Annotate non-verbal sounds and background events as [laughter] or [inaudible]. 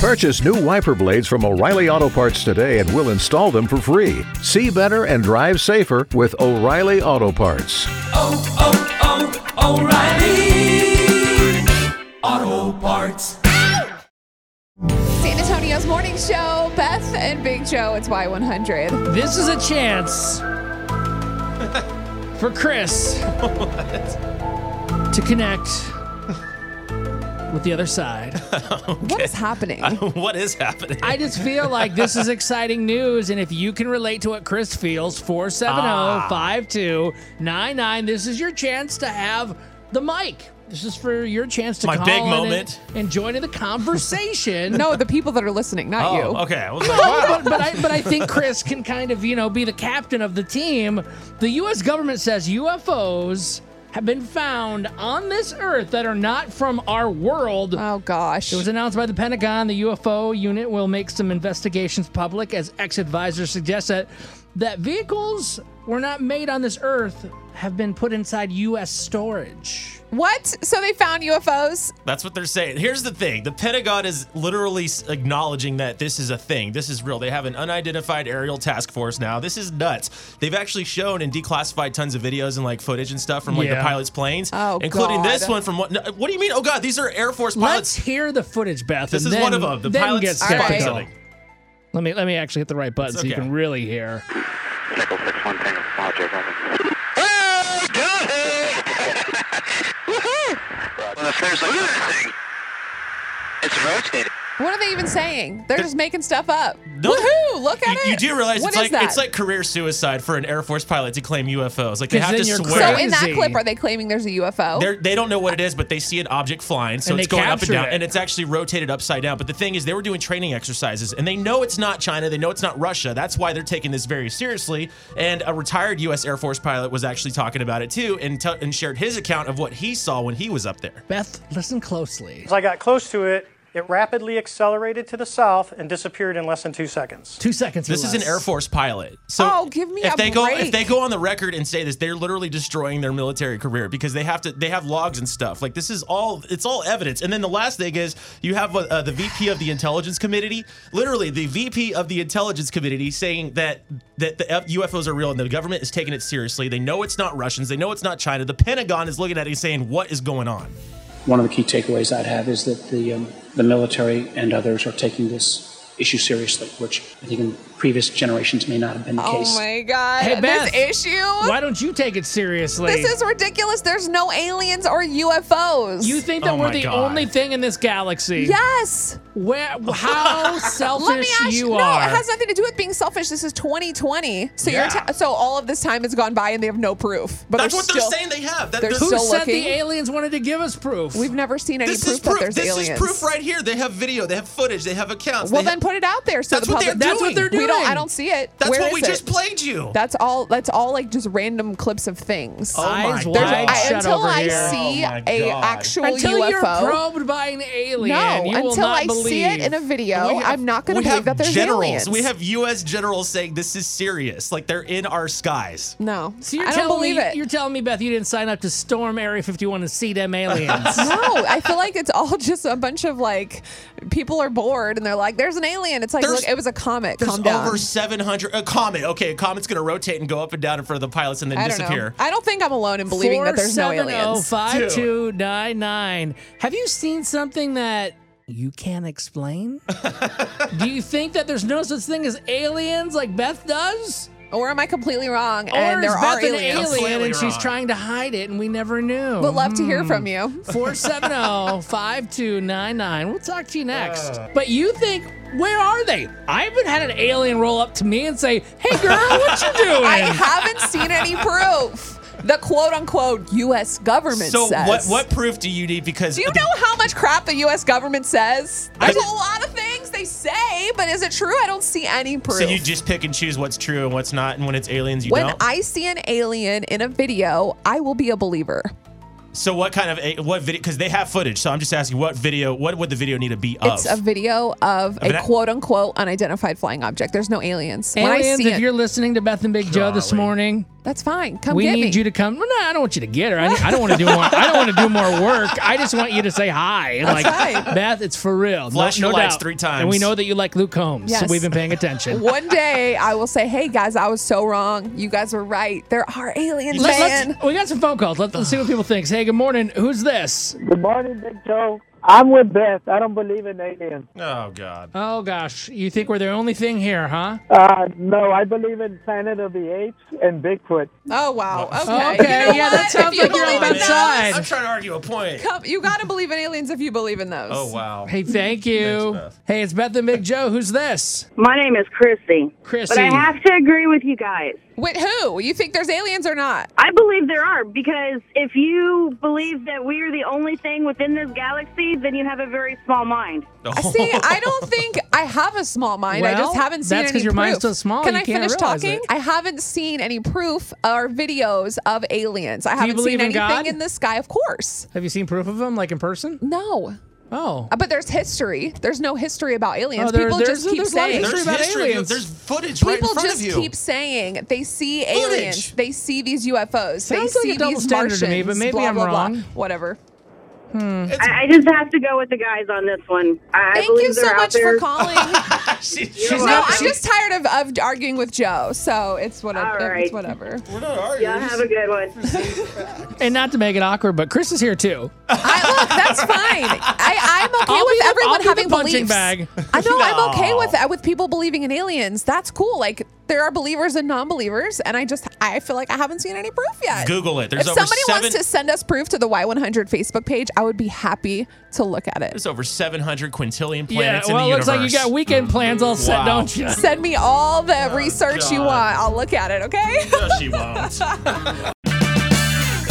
Purchase new wiper blades from O'Reilly Auto Parts today and we'll install them for free. See better and drive safer with O'Reilly Auto Parts. Oh, oh, oh, O'Reilly Auto Parts. San Antonio's morning show, Beth and Big Joe. It's Y100. This is a chance for [laughs] Chris to connect with the other side. What [laughs] is happening? what is happening? I just feel like this is exciting news. And if you can relate to what Chris feels, 470 5299, this is your chance to have the mic. This is for your chance to My call big in and- moment. And, join in the conversation. no, the people that are listening, not you. Oh, okay. I was like, but, but I, but I think Chris can kind of, you know, be the captain of the team. The U.S. government says UFOs have been found on this earth that are not from our world. Oh, gosh. It was announced by the Pentagon the UFO unit will make some investigations public as ex advisors suggest that, that vehicles were not made on this earth have been put inside U.S. storage. what? So they found UFOs? That's what they're saying. Here's the thing: the Pentagon is literally s- acknowledging that this is a thing. This is real. They have an unidentified aerial task force now. This is nuts. They've actually shown and declassified tons of videos and like footage and stuff from like Yeah. the pilots' planes, Oh, including God. this one from what? no, What do you mean? Oh God, these are Air Force Let's pilots. hear the footage, Beth. this and is one of then- them. The then pilots get spotted Alright. skeptical. something. Let me let me actually hit the right button so you okay. can really hear. Nickel 61 Tango, Smile J. Roger. Well, if there's like thing, it's rotating. What are they even saying? They're just making stuff up. No. Woohoo! Look at You- it. You do realize What it's is like that? it's like career suicide for an Air Force pilot to claim UFOs. Like they 'Cause have to then you're swear. So in that crazy. clip, are they claiming there's a UFO? They're, they don't know what it is, but they see an object flying, so And it's they going up and capture down, it. and it's actually rotated upside down. But the thing is, they were doing training exercises, and they know it's not China, they know it's not Russia. That's why they're taking this very seriously. And a retired U.S. Air Force pilot was actually talking about it too, and t- and shared his account of what he saw when he was up there. Beth, listen closely. As I got close to it, it rapidly accelerated to the south and disappeared in less than two seconds. Two seconds. or This is an less. Air Force pilot. So Oh, give me if a they go break. if they go on the record and say this, they're literally destroying their military career because they have to they have logs and stuff. Like this is all it's all evidence. And then the last thing is you have uh, the VP of the Intelligence Committee, literally the VP of the Intelligence Committee saying that that the F- UFOs are real and the government is taking it seriously. They know it's not Russians. They know it's not China. The Pentagon is looking at it and saying, "What is going on?" One of the key takeaways I'd have is that the, um, the military and others are taking this issue seriously, which I think in previous generations may not have been the oh case. my god. Hey, Beth. this issue. Why don't you take it seriously? This is ridiculous. There's no aliens or UFOs. You think that Oh we're my the God. only thing in this galaxy? yes. Where, [laughs] how Let me selfish ask you No, are. it has nothing to do with being selfish. This is 2020. So you're Yeah. ta- so all of this time has gone by and they have no proof. But That's they're what still, they're saying they have. That they're they're- Who still said looking. the aliens wanted to give us proof? We've never seen any This proof, is proof. that there's This aliens. is proof right here. They have video. They have footage. They have accounts. Well, they then have- put it out there so That's the what public. they're That's what doing. they're doing. We don't. I don't see it. That's Where what is we it? just played you. That's all. That's all like just random clips of things. Oh my Eyes God. wide I- shut until over I here. see Oh my a God. actual until UFO. you're probed by an alien, no, you will until not I believe. see it in a video, We have- I'm not going to we believe have that there's generals. aliens. We have U.S. generals saying this is serious. Like they're in our skies. no. So you're I don't telling believe me, it. You're telling me, Beth, you didn't sign up to storm Area 51 and see [laughs] them aliens. [laughs] no, I feel like it's all just a bunch of like people are bored and they're like, "There's an alien." It's like, There's- look, it was a comet. There's Calm down. over 700. A comet. Okay, a comet's going to rotate and go up and down in front of the pilots and then I don't disappear. know. I don't think I'm alone in believing that there's no oh. aliens. 470-5299. Have you seen something that you [laughs] can't explain? Do you think that there's no such thing as aliens like Beth does? Or am I completely wrong? or and there is are Beth an aliens. alien and Completely she's wrong. trying to hide it and we never knew? Would [laughs] love to hear from you. 470-5299. We'll talk to you next. Uh. But you think, where are they? I haven't had an alien roll up to me and say, hey girl, what you [laughs] doing? I haven't seen any proof. The quote unquote U.S. government So says. what what proof do you need? Because Do you know how much crap the U.S. government says? There's I- a lot of things they say, but is it true? I don't see any proof. So you just pick and choose what's true and what's not, and when it's aliens, you when don't. I see an alien in a video, I will be a believer. so what kind of a, what video? Because they have footage. So I'm just asking, what video? What would the video need to be of? It's a video of mean, a I- quote unquote unidentified flying object. There's no aliens. when I aliens, see if it, you're listening to Beth and Big Joe this Golly. morning, That's fine. Come we get me. need you to come. Well, no, I don't want you to get her. I, I don't want to do more. I don't want to do more work. I just want you to say hi. like right. Beth, it's for real. Flash no, your no lights doubt. three times. And we know that you like Luke Combs, so Yes. we've been paying attention. [laughs] One day I will say, "Hey guys, I was so wrong. You guys were right. There are aliens, Let- man." let's- we got some phone calls. Let's, let's see what people think. Say, hey, good morning. Who's this? Good morning, Big Joe. I'm with Beth. I don't believe in aliens. Oh God. Oh gosh, you think we're the only thing here, huh? Uh, no, I believe in Planet of the Apes and Bigfoot. Oh wow. Okay. Okay, You know yeah, what? that If sounds you like you're on believe in that those, side. I'm trying to argue a point. Come, you gotta believe in aliens if you believe in those. Oh wow. Hey, thank you. Thanks, Beth. hey, it's Beth and Big Joe. Who's this? My name is Chrissy. Chrissy. But I have to agree with you guys. Wait, who? You think there's aliens or not? I believe there are because if you believe that we are the only thing within this galaxy, then you have a very small mind. I See, [laughs] I [laughs] don't think I have a small mind. I Well, just haven't seen that's any 'cause your mind's proof. so small, Can you I can't finish realize talking? it. I haven't seen any proof or videos of aliens. I haven't believe seen in anything God? in the sky. Of course, Have you seen proof of them, like in person? no. Oh, Uh, But there's history. There's no history about aliens. Oh, there- People there's- just keep there's a lot of saying. There's about history. of you. aliens. There's footage right in People front just of you. keep saying they see Footage. aliens, they see these UFOs, they Sounds like a see double these standard Martians. to me, but maybe blah, I'm blah, blah. wrong. Whatever. I, I just have to go with the guys on this one. I, I Thank believe you so they're out much there. for calling. no, [laughs] She- You're she's welcome. I'm just tired of, of arguing with Joe, so it's whatever. All It's right. whatever. We're not arguing. Y'all have a good one. and not to make it awkward, but Chris is here too. I, look, that's fine. I, I'm okay I'll be with the- I'll everyone be the having punching beliefs. bag. I know I'm okay No. with that, with people believing in aliens. That's cool. Like there are believers and non-believers, and I just I feel like I haven't seen any proof yet. Google it. There's if over somebody seven. wants to send us proof to the Y100 Facebook page, I would be happy to look at it. There's over 700 quintillion planets yeah, well, in the looks universe. like you got weekend plans all set, Wow. don't you? Send me all the research you God. want. I'll look at it, okay? [laughs] No, she won't.